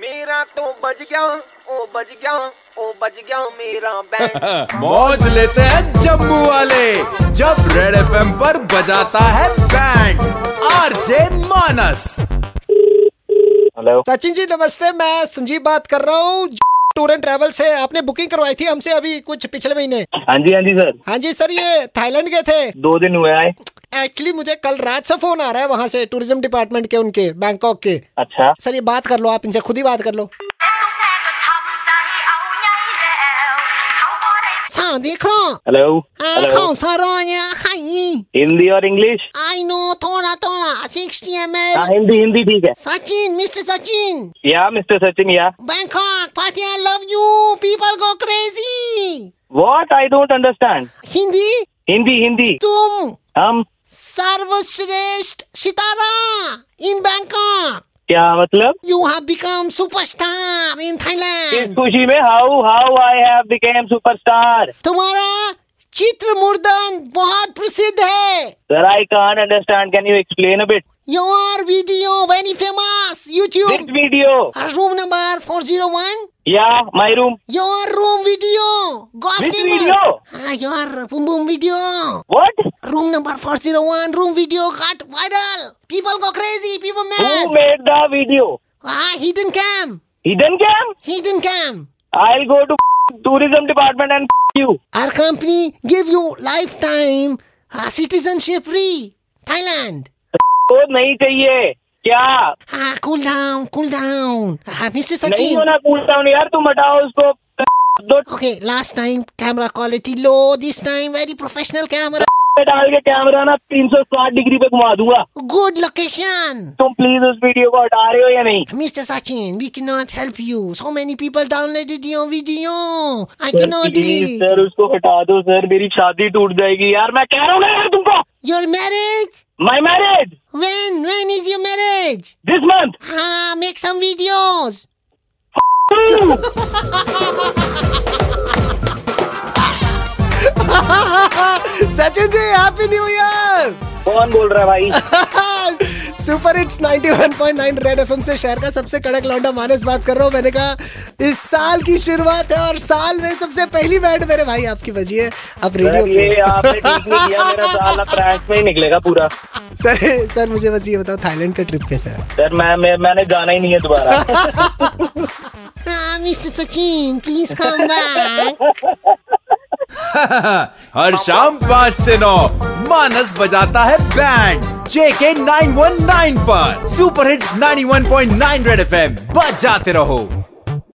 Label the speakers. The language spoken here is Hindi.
Speaker 1: मेरा तो बज गया ओ बज गया ओ बज गया मेरा बैंड
Speaker 2: मौज लेते हैं जम्मू वाले जब रेड एफएम पर बजाता है band RJ Manas
Speaker 3: hello
Speaker 4: Sachin ji नमस्ते मैं संजीव बात कर रहा हूँ टूर एंड ट्रैवल से आपने बुकिंग करवाई थी हमसे अभी कुछ पिछले महीने
Speaker 3: हाँ जी हाँ जी सर
Speaker 4: हाँ जी सर ये थाईलैंड गए थे
Speaker 3: दो दिन हुए आए
Speaker 4: एक्चुअली मुझे कल रात से फोन आ रहा है वहाँ से टूरिज्म डिपार्टमेंट के उनके बैंकॉक के
Speaker 3: अच्छा
Speaker 4: सर ये बात कर लो आप इनसे खुद ही बात कर लो हाँ, สวัสดีครับ
Speaker 3: हेलो
Speaker 4: อ่า
Speaker 3: हेलो
Speaker 4: ของสารอยะไห่
Speaker 3: हिंदी और इंग्लिश
Speaker 4: I know ทอราทอรา 60
Speaker 3: हाँ
Speaker 4: ml
Speaker 3: हिंदी हिंदी ठीक है
Speaker 4: सचिन मिस्टर सचिन
Speaker 3: या मिस्टर सचिन या
Speaker 4: Bangkok Pattaya love you people go crazy
Speaker 3: what I don't understand
Speaker 4: Hindi
Speaker 3: Hindi Hindi
Speaker 4: तुम
Speaker 3: हम
Speaker 4: सर्वश्रेष्ठ सितारा इन बैंकॉक
Speaker 3: क्या मतलब
Speaker 4: you have become superstar in
Speaker 3: इस
Speaker 4: थाईलैंड
Speaker 3: खुशी में how how I have became superstar
Speaker 4: तुम्हारा चित्र मुर्दन बहुत प्रसिद्ध है
Speaker 3: sir I can't understand can you explain a bit
Speaker 4: your video very famous
Speaker 3: this
Speaker 4: YouTube
Speaker 3: video
Speaker 4: room number 401
Speaker 3: या my room
Speaker 4: your room video got
Speaker 3: Which video?
Speaker 4: Famous हां your boom boom video
Speaker 3: what
Speaker 4: room number 401 room video got viral people go crazy people
Speaker 3: who
Speaker 4: mad
Speaker 3: made the video
Speaker 4: हां hidden cam
Speaker 3: hidden cam
Speaker 4: hidden cam
Speaker 3: I go to tourism department and you
Speaker 4: Our company give you lifetime uh, citizenship free. Thailand.
Speaker 3: वो नहीं चाहिए क्या
Speaker 4: Ah, cool down, cool down. Ah, Mr.
Speaker 3: नहीं
Speaker 4: Sachin.
Speaker 3: होना कूल डाउन यार तुम हटाओ उसको दो
Speaker 4: Okay, last time camera quality low. This time very professional camera.
Speaker 3: पे डाल के कैमरा ना 360 डिग्री पे घुमा दूंगा
Speaker 4: Good location.
Speaker 3: तुम प्लीज उस वीडियो को हटा रहे हो या नहीं
Speaker 4: Mr. Sachin, we cannot help you. So many people downloaded your video. I
Speaker 3: sir
Speaker 4: cannot
Speaker 3: please
Speaker 4: तो delete.
Speaker 3: सर उसको हटा दो सर मेरी शादी टूट जाएगी यार मैं कह रहा हूँ ना यार तुमको
Speaker 4: Your marriage?
Speaker 3: My marriage
Speaker 4: When? When is your marriage?
Speaker 3: This month
Speaker 4: Ah, make some videos.
Speaker 2: Sachin ji happy new year
Speaker 3: कौन बोल रहा है भाई
Speaker 4: सुपर हिट्स 91.9 रेड एफएम से शहर का सबसे कड़क लौंडा मानस बात कर रहा हूँ मैंने कहा इस साल की शुरुआत है और साल में सबसे पहली बैट मेरे भाई आपकी बजी है आप रेडियो
Speaker 3: सर ये
Speaker 4: पे
Speaker 3: आपने ठीक नहीं किया मेरा साला फ्रैंक में ही निकलेगा पूरा
Speaker 4: सर सर मुझे बस ये बताओ थाईलैंड का ट्रिप कैसा है
Speaker 3: सर मैं, मैं मैंने जाना ही नहीं है दोबारा
Speaker 4: mister Sachin please come back
Speaker 2: हर शाम पाँच से नौ मानस बजाता है बैंड जेके 919 पर सुपर हिट्स 91.9 रेड एफएम बजाते रहो